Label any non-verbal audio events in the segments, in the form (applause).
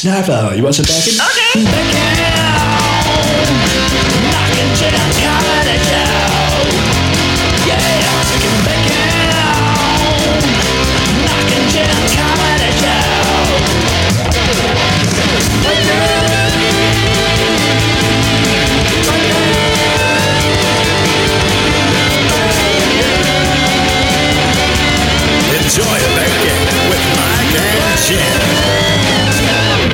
Snapper. You want some bacon? Okay. Enjoy bacon with Mike and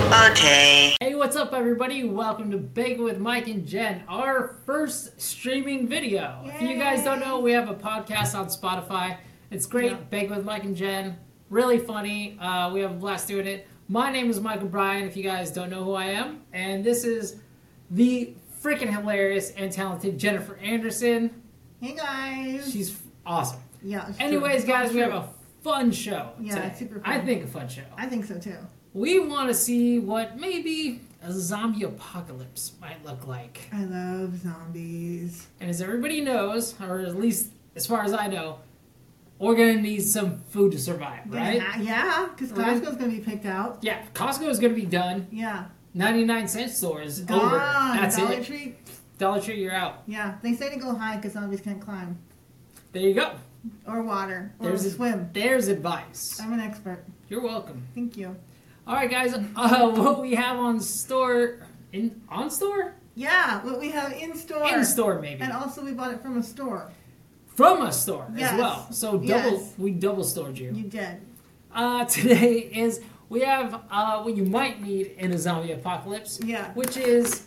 Jim. Okay. Hey, what's up, everybody? Welcome to Bacon with Mike and Jen, our first streaming video. If you guys don't know, we have a podcast on Spotify. It's great, Bacon with Mike and Jen. Really funny. Uh, we have a blast doing it. My name is Michael Bryan, if you guys don't know who I am. And this is the freaking hilarious and talented Jennifer Anderson. Hey guys. She's f- awesome. yeah. it's Anyways, true. guys, we have True. a fun show. Yeah, today. it's super I fun. think a fun show. I think so too. We want to see what maybe a zombie apocalypse might look like. I love zombies. And as everybody knows, or at least as far as I know, we're gonna need some food to survive, right? Yeah, Yeah, because Right. Glasgow's gonna be picked out. Yeah, Costco is gonna be done. Yeah. 99 cent stores Gone. over. That's Dollar it. Tree. Dollar Tree, you're out. Yeah. They say to go high because zombies can't climb There you go. or water or There's a- swim. There's advice. I'm an expert. You're welcome. Thank you. All right, guys. Uh, (laughs) what we have on store in on store Yeah. What we have in store. in store maybe And also we bought it from a store. from a store as Yes. well. So double Yes. we double stored you. You did. Uh, (laughs) today is we have uh, what you might need in a zombie apocalypse. Yeah. Which is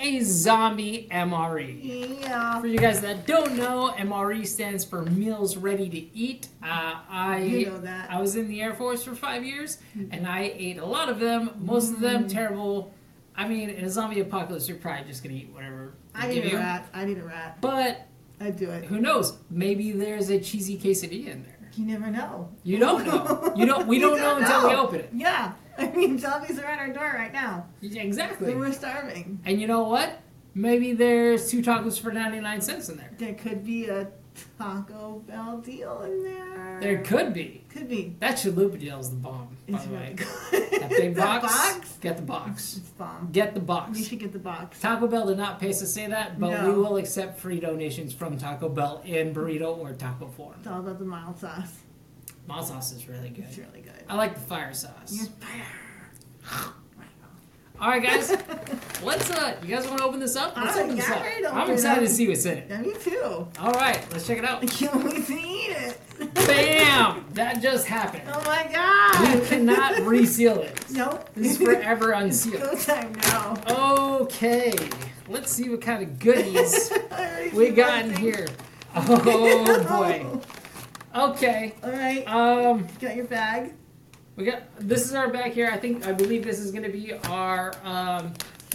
a zombie MRE. Yeah. For you guys that don't know, MRE stands for Meals Ready to Eat. Uh, I You know that. Mm-hmm. I was in the Air Force for five years, and I ate a lot of them. Most of them terrible. I mean, in a zombie apocalypse, you're probably just gonna eat whatever they I'd give eat a you. rat. I'd eat a rat. But I'd do it. who knows? Maybe there's a cheesy quesadilla in there. You never know. (laughs) You don't know. You don't. We don't, know until we know. open it. Yeah. (laughs) I mean, zombies are at our door right now. Exactly. And we're starving. And you know what? Maybe there's two tacos for 99 cents in there. There could be a Taco Bell deal in there. There could be. could (laughs) be. That chalupa deal is the bomb, by It's the really (laughs) way. good. That big The box, box? Get the box. It's bomb. Get the We box. should get the box. Taco Bell did not pay us to say that, but No. we will accept free donations from Taco Bell in burrito or taco form. It's all about the mild sauce. Mild sauce is really It's good. Oh, really good. I like the fire sauce. You're fire. All (laughs) right, guys. let's uh, you guys want to open this up? Let's I'm open this up. excited to I'm open excited it. to see what's in it. Yeah, me too. (laughs) All right, let's check it I (laughs) out. can't wait to eat it. Bam! That just happened. Oh my You god. cannot reseal it. Nope. (laughs) This is forever Go unsealed. time now. (laughs) Okay, let's see what kind (laughs) of goodies I already we see got in one here. thing. (laughs) Oh boy. Okay. Oh. All right. Um, got your bag. we got this is our bag here. I think I believe this is gonna be our um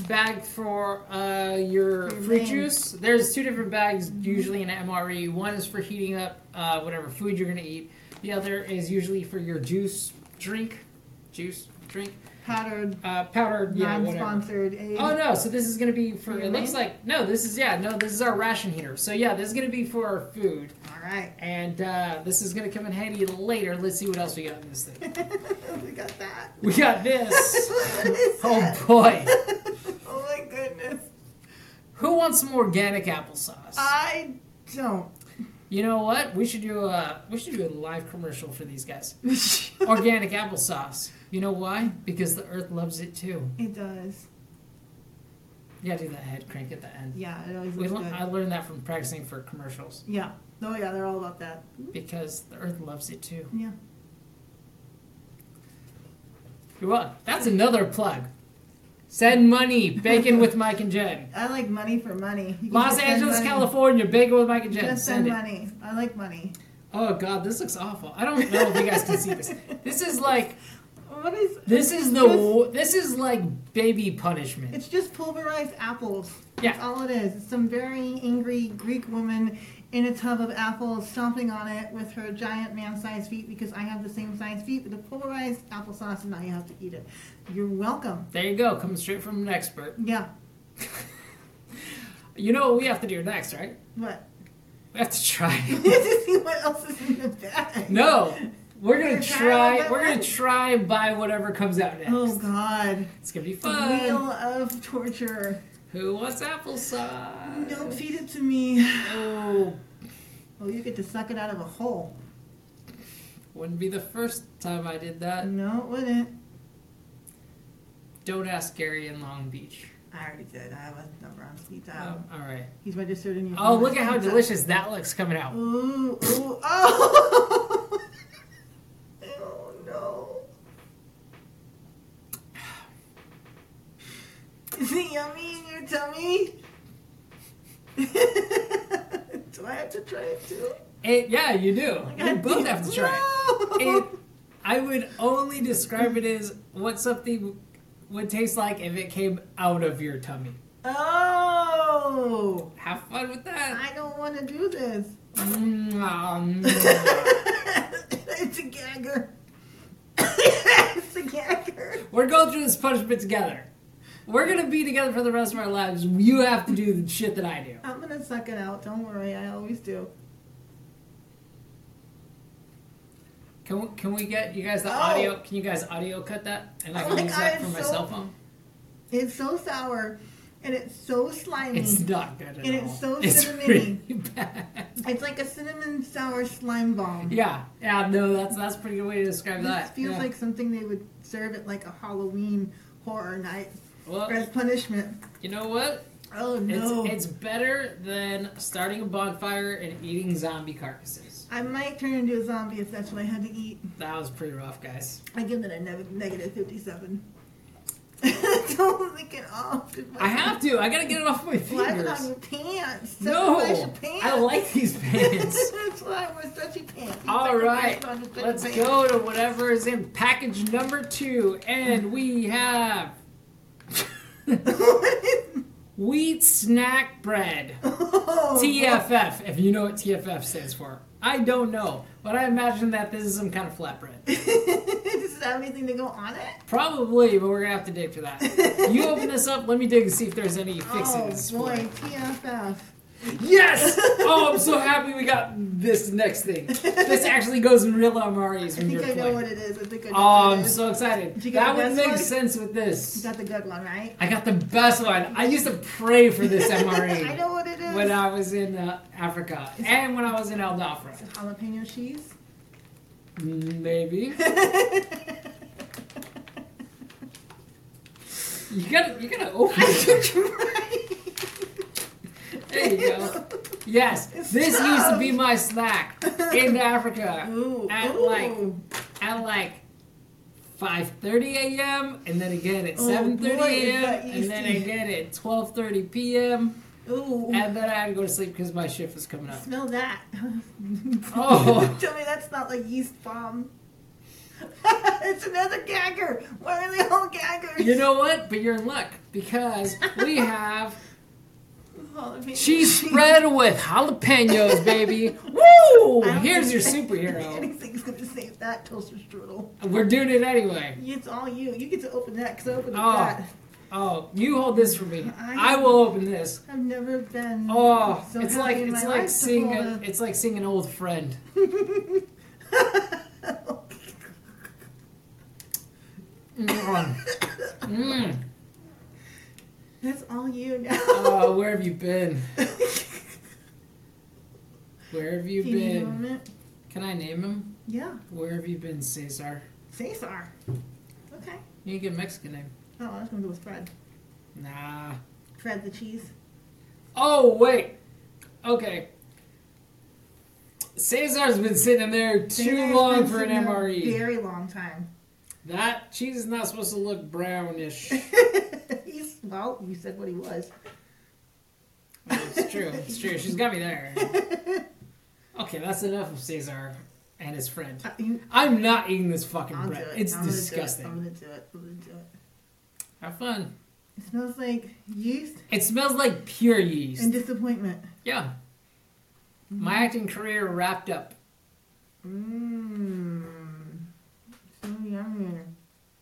bag for uh your Your fruit main. Mm-hmm. juice. There's two different bags usually in an MRE. One is for heating up uh whatever food you're gonna eat. The other is usually for your juice drink, juice drink, Powdered, uh, powdered yeah whatever. non-sponsored aid. Oh no! So this is gonna be for. It Your looks main? like no. This is yeah. No, this is our ration heater. So yeah, this is gonna be for our food, All right. (laughs) and uh, this is gonna come in handy later. Let's see what else we got in (laughs) this thing. we got that. (laughs) We got this. What is that? Oh boy! oh my goodness. Who wants some organic applesauce? I don't. You know what? We should do a we should do a live commercial for these guys. (laughs) Organic applesauce. You know why? Because the earth loves it too. it does. You gotta do that head crank at the end. Yeah, it always We looks lear- good. I learned that from practicing for commercials yeah. Oh yeah, they're all about that. because the earth loves it too. Yeah. You're welcome. That's another plug. Send money, bacon with Mike (laughs) and Jen. I like money for money. (laughs) You can Los just send Angeles, money. California, bacon with Mike and Jen. Just send Send it. money. I like money. Oh god, this looks awful. I don't know if you guys can see this. (laughs) This is like What is? this is the wo- this is like baby punishment. It's just pulverized apples. That's Yeah, all it is. It's some very angry Greek woman in a tub of apples, stomping on it with her giant man-sized feet. Because I have the same size feet, but the pulverized applesauce, and now you have to eat it. You're welcome. there you go. Coming straight from an expert. Yeah. You know what we have to do next, right? What? (laughs) We have to try. (laughs) to see what else is in the bag. no, We're gonna We're try. down We're gonna that try and buy whatever comes out next. Oh God. It's gonna be The fun. wheel of torture. Who wants applesauce? Don't feed it to me. Oh, Well, you get to suck it out of a hole. wouldn't be the first time I did that. No, it wouldn't. Don't ask Gary in Long Beach. I already did. I have a number on speed dial. Um, all right. He's registered in your. Oh, phone. look at how delicious that looks coming out. Ooh, ooh, oh! (laughs) oh no! Is it yummy in your tummy? (laughs) Do I have to try it too? It, yeah, you do. You both have to try it. No! it. I would only describe it as what something would taste like if it came out of your tummy. Oh! Have fun with that. I don't want to do this. (laughs) Mwah. it's a gagger. (coughs) it's a gagger. We're going through this punishment together. We're gonna be together for the rest of our lives. You have to do the shit that I do. I'm gonna suck it out. Don't worry, I always do. Can we, can we get you guys the Oh. audio? Can you guys audio cut that? And I Oh can my use God, that for it's my so- cell phone. It's so sour, and it's so slimy. It's It's, not good at And all. it's so it's cinnamony. really bad. like a cinnamon sour slime bomb. Yeah, yeah, no, that's that's a pretty good way to describe This that. feels yeah. like something they would serve at like a Halloween horror night well, as punishment. you know what? Oh Oh. It's, no! it's better than starting a bonfire and eating zombie carcasses. I might turn into a zombie if that's what I had to eat. That was pretty rough, guys. I give it a neg- negative fifty-seven. (laughs) Don't lick it off. I have to. I gotta get it off my Why is it on fingers. your pants? No, Sacrifice your pants. (laughs) I like these pants. That's why I wear stretchy pants. You All sacrifice right, on your let's pants. go to whatever is in package number two, and we have (laughs) wheat snack bread. (laughs) Oh, TFF, if you know what TFF stands for. I don't know, but I imagine that this is some kind of (laughs) flatbread. Does it have anything to go on it? Probably, but we're gonna have to dig for that. (laughs) (laughs) You open this up, let me dig and see if there's any fixings. oh for boy, it. TFF. (laughs) Yes! Oh, I'm so happy we got this next thing. This actually goes in real MREs I when you're think I know playing. what it is. I think I know Oh, what it I'm is. so excited. Did you get That the best would make one? sense with You this. got the good one, right? I got the best one. I used to pray for (laughs) this I MRE know what it is. when I was in uh, Africa and when I was in El Dafra. Jalapeno (laughs) cheese. (laughs) Maybe. You gotta, you gotta open it. There you go. Yes, this used to be my snack in Africa Ooh, At, ooh. like, at like 5:30 a.m. and then again at Oh, 7:30 boy, is that a.m. and then yeasty. again at 12:30 p.m. Ooh, and then I had to go to sleep because my shift (laughs) was coming up. smell that. Oh. (laughs) Tell me that's not like yeast bomb. (laughs) it's another gagger. Why are they all gaggers? You know what? But you're in luck because we have Jalapeno (laughs) cheese spread with jalapenos, baby. Woo! I don't Here's your think (laughs) superhero. Anything's gonna save that toaster strudel. We're doing it anyway. It's all you. You get to open that because I opened Oh. that. Oh, you hold this for me. I- I will open this. I've never been. Oh, so it's happy like in it's my like life to seeing hold a, a- it's like seeing an old friend. (laughs) Mm. Mm. (laughs) That's all you now. (laughs) Oh, where have you been? Where have you Do you need a been? moment? Can I name him? Yeah, Where have you been, Cesar? Cesar. Okay. You need to get a Mexican name. Oh, I was gonna go with Fred. Nah. Fred the cheese. Oh wait. Okay. Cesar's been sitting there too Cesar's long been for an E. sitting there MRE. a Very long time. (laughs) That cheese is not supposed to look (laughs) brownish. He's well. You said what he was. it's true. It's true. She's got me there. (laughs) Okay, that's enough of Cesar and his friend. Uh, you- I'm not eating this fucking I'll do bread. it. It's I'm gonna do it. disgusting. I'm gonna do it. I'm gonna do it. Have fun. It smells like yeast It smells like pure yeast. and Mm-hmm. disappointment. yeah. My acting career wrapped up. Mmm. So yummy.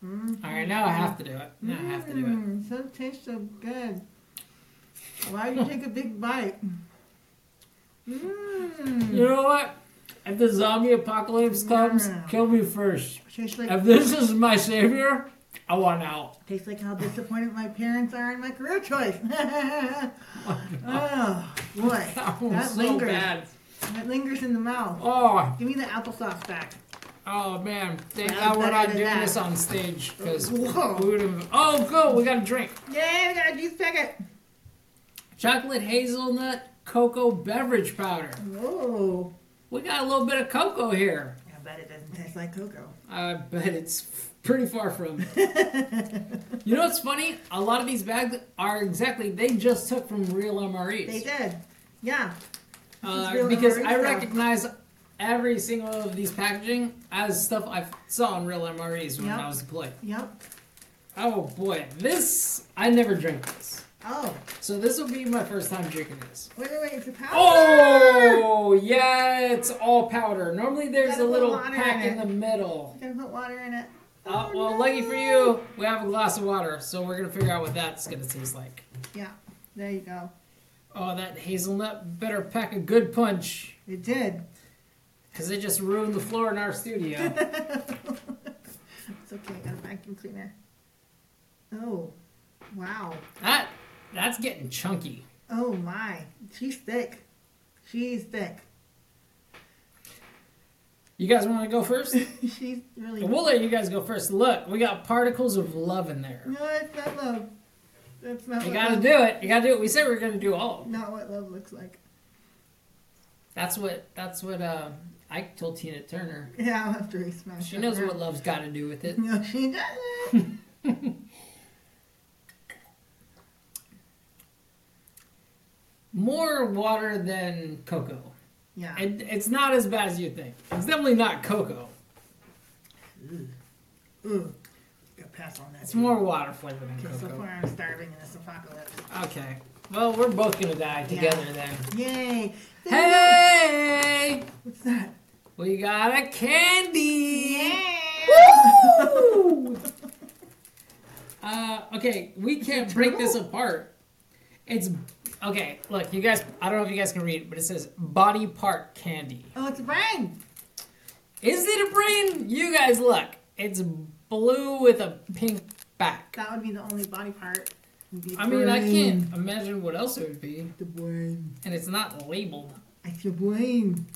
Mm. All right, now I have to do it. Now I have to do it. Mm, So it tastes so good. Why do you take a big bite? Mmm. You know what? If the zombie apocalypse comes, No. kill me first. Tastes like, If this is my savior, I want out. (laughs) tastes like how disappointed my parents are in my career choice. (laughs) oh, boy. (laughs) That that one's so lingers. bad. That lingers in the mouth. Oh, Give me the applesauce back. oh man. Thank Well, God we're better not than doing that. this on stage because we Whoa. would have. Oh, cool. We got a drink. Yay, we got a juice packet. Chocolate hazelnut cocoa beverage powder. Whoa. We got a little bit of cocoa here. I bet it doesn't taste like cocoa. I bet it's pretty far from (laughs) it. you know what's funny? A lot of these bags are exactly they just took from real MREs. They did. Yeah. Uh, This is real because MRE I stuff. recognize every single of these packaging as stuff I saw on real MREs when Yep. I was deployed. Yep. Oh boy, this I never drank this, Oh. so this will be my first time drinking this. Wait, wait, wait. It's a powder. Oh yeah, it's all powder. Normally there's Gotta a put little water in pack in it. the middle. Gotta put water in it. Uh, well, lucky for you, we have a glass of water, so we're gonna figure out what that's gonna taste like. Yeah. There you go. Oh, that hazelnut better pack a good punch, It did. because it just ruined the floor in our (laughs) studio. It's okay. I got a vacuum cleaner. Oh. Wow. that that's getting chunky. Oh my. She's thick. She's thick. (laughs) You guys want to go first? She's really. we'll let you guys go first. Look, we got particles of love in there. No, it's not love. That's not. You what gotta love- do it. You gotta do it. We said we are gonna do all. of them. Not what love looks like. That's what that's what uh, Ike told Tina Turner. Yeah, I'll have to resmash. She that knows now. what love's got to do with (laughs) it. No, she doesn't. More water than cocoa. yeah. It, it's not as bad as you think. It's definitely not cocoa. Ooh. Gotta pass on that. It's more water flavor than Okay, so cocoa. far I'm starving in this apocalypse. Okay. Well, we're both gonna die together (laughs) then. Yay! Hey, What's that? we got a candy. Woo! Uh, okay, we can't break this apart. It's okay. Look, you guys. I don't know if you guys can read, it, but it says body part candy. (laughs) Oh, it's a brain. Is it a brain? You guys look. It's blue with a pink back. That would be the only body part. Would be I mean, I brain. can't imagine what else it would be, The brain. and it's not labeled. It's your brain.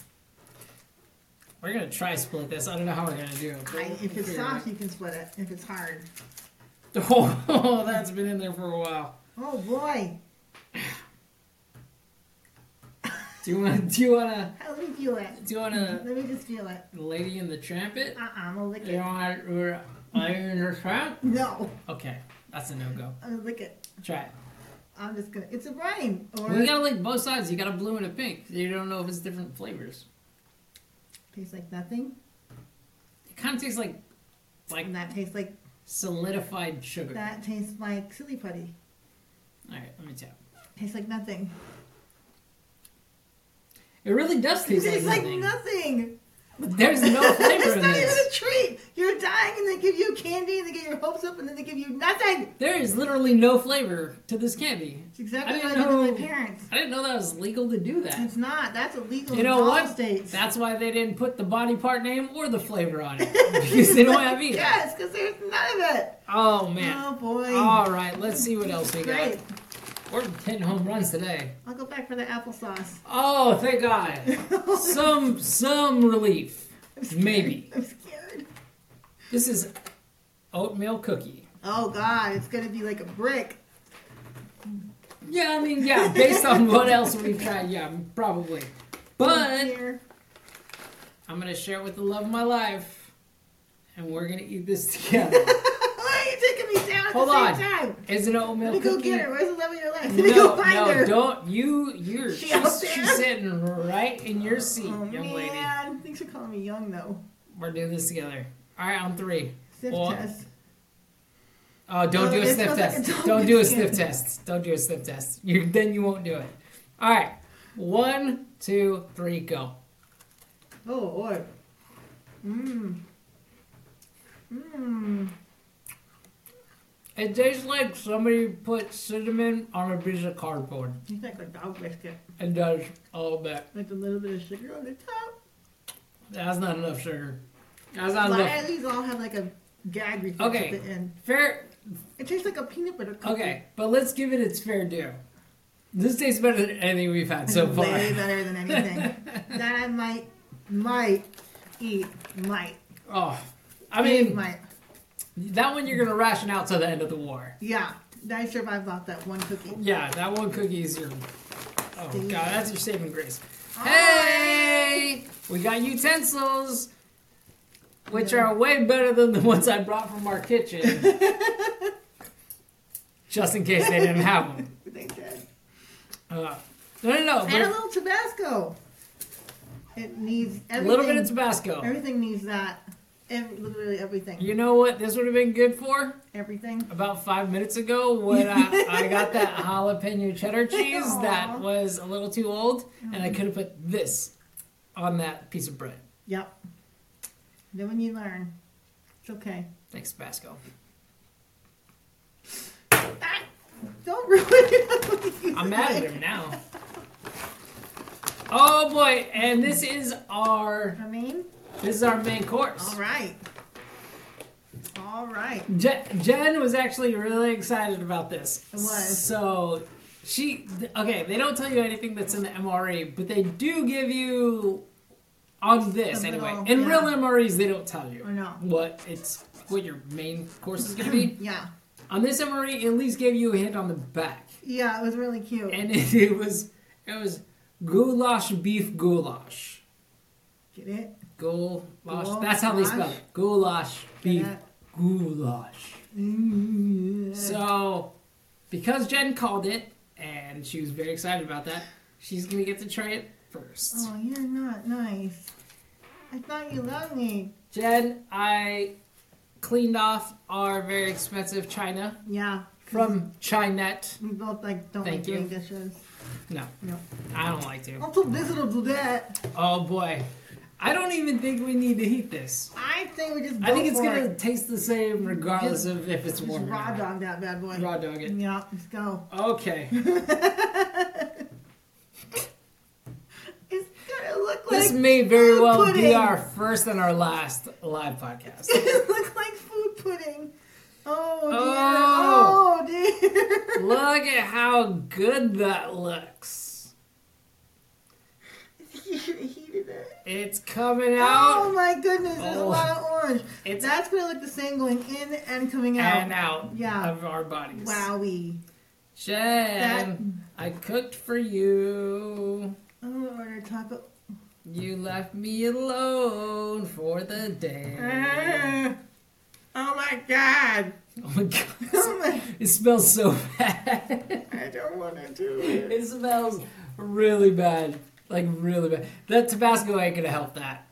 We're gonna try split this. I don't know how we're gonna do it. but I, we'll if it's figure it out. soft, you can split it. If it's hard, (laughs) Oh, that's been in there for a while. oh boy, Do you wanna? Do you wanna? let me feel it. Do you wanna? Let me just feel it. Lady in the Trampet? Uh uh-uh, uh, i gonna lick You it. want or Lady in the Tramp? No, Okay, that's a no go. I'm gonna lick it. Try it. I'm just gonna. It's a brain. Or We gotta like both sides. You got a blue and a pink. You don't know if it's different flavors. tastes like nothing, It kind of tastes like like and that tastes like solidified sugar. that tastes like silly putty. All right, let me tap. Tastes like (laughs) nothing. It really does taste like tastes nothing. nothing. There's no flavor (laughs) It's in not even this. a treat. You're dying, and they give you candy, and they get your hopes up, and then they give you nothing. There is literally no flavor to this candy. It's exactly what I I didn't did with know. my parents. I didn't know that was legal to do that. It's not. That's illegal You know in all what? states. That's why they didn't put the body part name or the flavor on it (laughs) because they (laughs) don't have either. yes, because there's none of it. Oh man. Oh boy. All right, let's see what else we got. Great. We're hitting home runs today. I'll go back for the applesauce. (laughs) Oh, thank God. Some some relief, maybe. I'm scared. This is oatmeal cookie. Oh God, it's gonna be like a brick. Yeah, I mean, yeah. Based on what else we've tried, yeah, probably. Oh, But Here. (laughs) I'm gonna share it with the love of my life, and we're gonna (laughs) eat this together. Why are you taking me down at Hold the same on. time? Is it an oatmeal Let me cookie? go get her. Where's the love of your life? Let me No, go find no, her. don't you. You're She she's, out there? she's sitting right in your seat, Oh man, young lady. thanks for calling me young though. We're doing this together. All right, on three. Sniff Well, test. Oh, don't Oh, do a it sniff smells like test. a dog don't do a biscuit. sniff test. Don't do a sniff test. You then you won't do it. All right, one, two, three, go. Oh Lord. Mmm. Mmm. It tastes like somebody put cinnamon on a piece of cardboard. Tastes like a dog biscuit It does a little bit. with a little bit of sugar on the top. That's not enough sugar. That's not Why enough. at least all have like a gag reflex Okay. at the end. Fair. It tastes like a peanut butter cookie. Okay, but let's give it its fair due. This tastes better than anything we've had so far. Way better than anything that I might might eat might. (laughs) Oh, I Eat mean, might. that one you're gonna ration out till the end of the war. Yeah, I survived off that one cookie. Yeah, that one cookie is your. Oh Damn. god, that's your saving grace. Alright. Hey, we got utensils, which are way better than the ones I brought from our kitchen, just in case they didn't have them. They did. Uh, no, no, no. Add a but little Tabasco. It needs A everything. little bit of Tabasco. Everything needs that. Every, literally everything. You know what? This would have been good for Everything. about five minutes ago when I, I got that jalapeno cheddar cheese that Aw. was a little too old, and I could have put this on that piece of bread. Yep. Then when you learn, it's okay. Thanks, Basco. Ah! Don't (laughs) ruin it. I'm mad at him now. Oh boy! And this is our I mean, this is our main course. all right. All right. Je- Jen was actually really excited about this. It was. So she th- okay, they don't tell you anything that's in the MRE, but they do give you on this A anyway. little, In yeah. real MREs they don't tell you I know. what it's what your main course is gonna be. (clears throat) Yeah. on this MRE it at least gave you a hint on the back. Yeah, it was really cute. And (laughs) it, it was it was goulash beef goulash. Get it? Goulash. That's how they spell it. Goulash beef that? goulash. So, because Jen called it and she was very excited about that, she's gonna get to try it first. Oh, you're not nice. I thought you loved me. Jen, I cleaned off our very expensive china Yeah. from Chinet. We both like don't Thank like doing you. dishes. No, No. Oh. I don't like to. I'm so busy to do that. Oh boy, I don't even think we need to heat this. I think we just. Go I think it's for gonna it. taste the same regardless Just- of if it's just warm. or raw not. dog that bad boy. Raw dog it. Yeah, let's go. (laughs) Okay. It's gonna look like This may very food well be pudding. our first and our last live podcast. (laughs) it looks like food pudding. Oh dear. Oh, Oh. dear. Look at how good that looks. (laughs) you should have heated it. It's coming Oh out my goodness, there's Oh. a lot of orange. It's- That's gonna look the same going in and coming out. and out Yeah. of our bodies. Wowie. Jen, I cooked for you. I'm gonna order taco. You left me alone for (laughs) the day. Ah. Oh my god. Oh my god. Oh my, It smells so bad. (laughs) I don't wanna do it. It smells really bad. Like really bad. That Tabasco ain't gonna help that.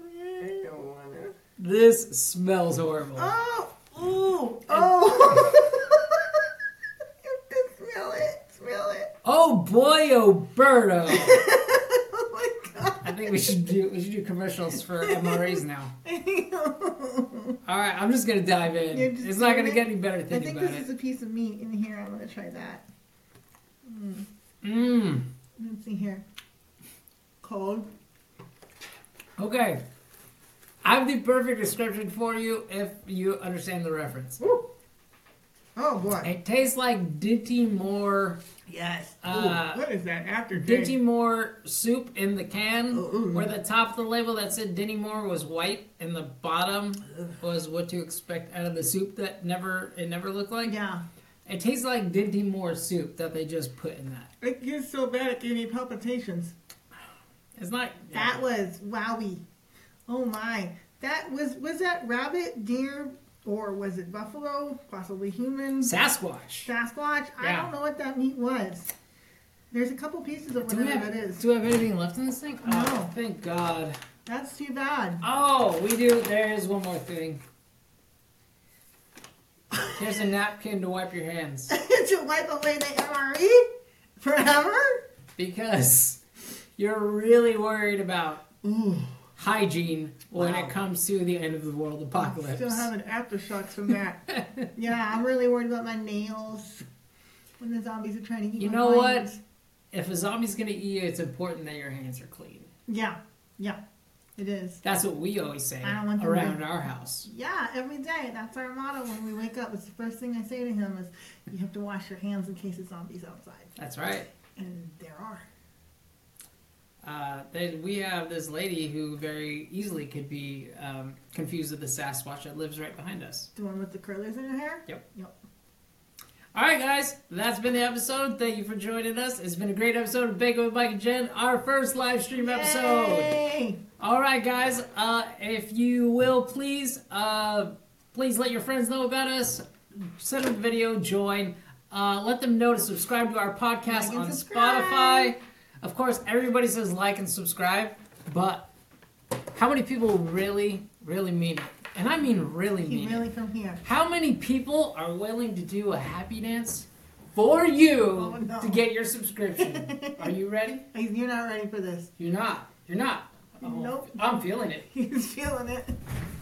I don't wanna. This smells horrible. Oh! Ooh! Oh! you (laughs) can smell it. Smell it. (laughs) Oh boy, Oberto. Oh my god. I think we should do we should do commercials for MRAs now. All right, I'm just gonna dive in. You're just It's not gonna doing it? get any better I thinking think about this is it. a piece of meat in here. I'm gonna try that. Mmm. Let's see here. Cold. Okay. I have the perfect description for you if you understand the reference. Oh boy. It tastes like Dinty Moore, Yes. Uh, what is that after Dinty Moore soup in the can, Oh, ooh. where the top of the label that said Dinty Moore was white and the bottom was what to expect out of the soup that never it never looked like. Yeah. It tastes like Dinty Moore soup that they just put in that. It gets so bad it gives me palpitations. It's not That was wowie. Oh my. That was was that rabbit, deer, or was it buffalo? Possibly human. Sasquatch. Sasquatch. I Yeah. don't know what that meat was. There's a couple pieces of Do we, whatever have, that is. do we have anything left in this thing? Oh, No. thank God. That's too bad. (laughs) Oh, we do. There is one more thing. Here's a napkin to wipe your (laughs) hands. to wipe away the MRE forever. Because you're really worried about hygiene when Wow. it comes to the end of the world apocalypse. Still having aftershocks from that. (laughs) yeah, I'm really worried about my nails when the zombies are trying to eat. you my know what? fingers. If a zombie's going to eat you, it's important that your hands are clean. Yeah, yeah. It is. That's what we always say I don't want them around to- our house. Yeah, every day. That's our motto when we wake up. It's the first thing I say to him is, "You have to wash your hands in case of zombies outside." That's right. And there are. Uh, then we have this lady who very easily could be um, confused with the Sasquatch that lives right behind us. The one with the curlers in her hair. Yep. Yep. All right, guys, that's been the episode. Thank you for joining us. It's been a great episode of Bacon with Mike and Jen, our first live stream episode. Yay! All right, guys. Uh, if you will, please, uh, please let your friends know about us. Send them the video. Join. Uh, let them know to subscribe to our podcast Like and on subscribe. Spotify. Of course, everybody says like and subscribe, but how many people really, really mean it? And I mean really He mean really it. from here. How many people are willing to do a happy dance for you Oh, no. to get (laughs) your subscription? are you ready? You're not ready for this. (laughs) You're not. You're not. Oh, Nope. I'm feeling it. He's feeling it.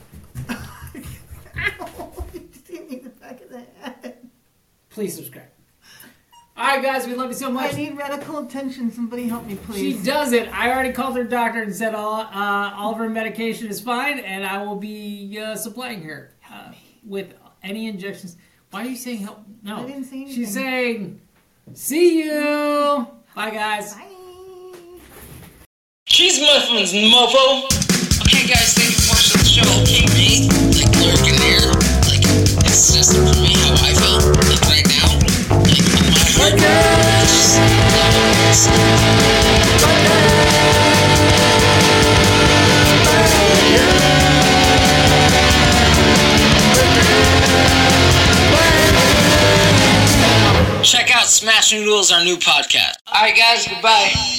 (laughs) Ow! (laughs) You just hit me in the back of the head. please subscribe. All right, guys, we love you so I much. need radical attention. Somebody help me, She please. does it. I already called her doctor and said all uh, all of her medication is fine, and I will be uh, supplying her uh, with any injections. Why are you saying help? No, I didn't say anything. She's saying, "See you." Bye, guys. Bye. Cheese muffins, mofo. Okay, guys, thank you for watching the show. Okay, me, like lurking there, like it's just for me how I feel, like right now, like in my heart. it's just, yeah, it's- Check out Smash Noodles, our new podcast. All right, guys, goodbye.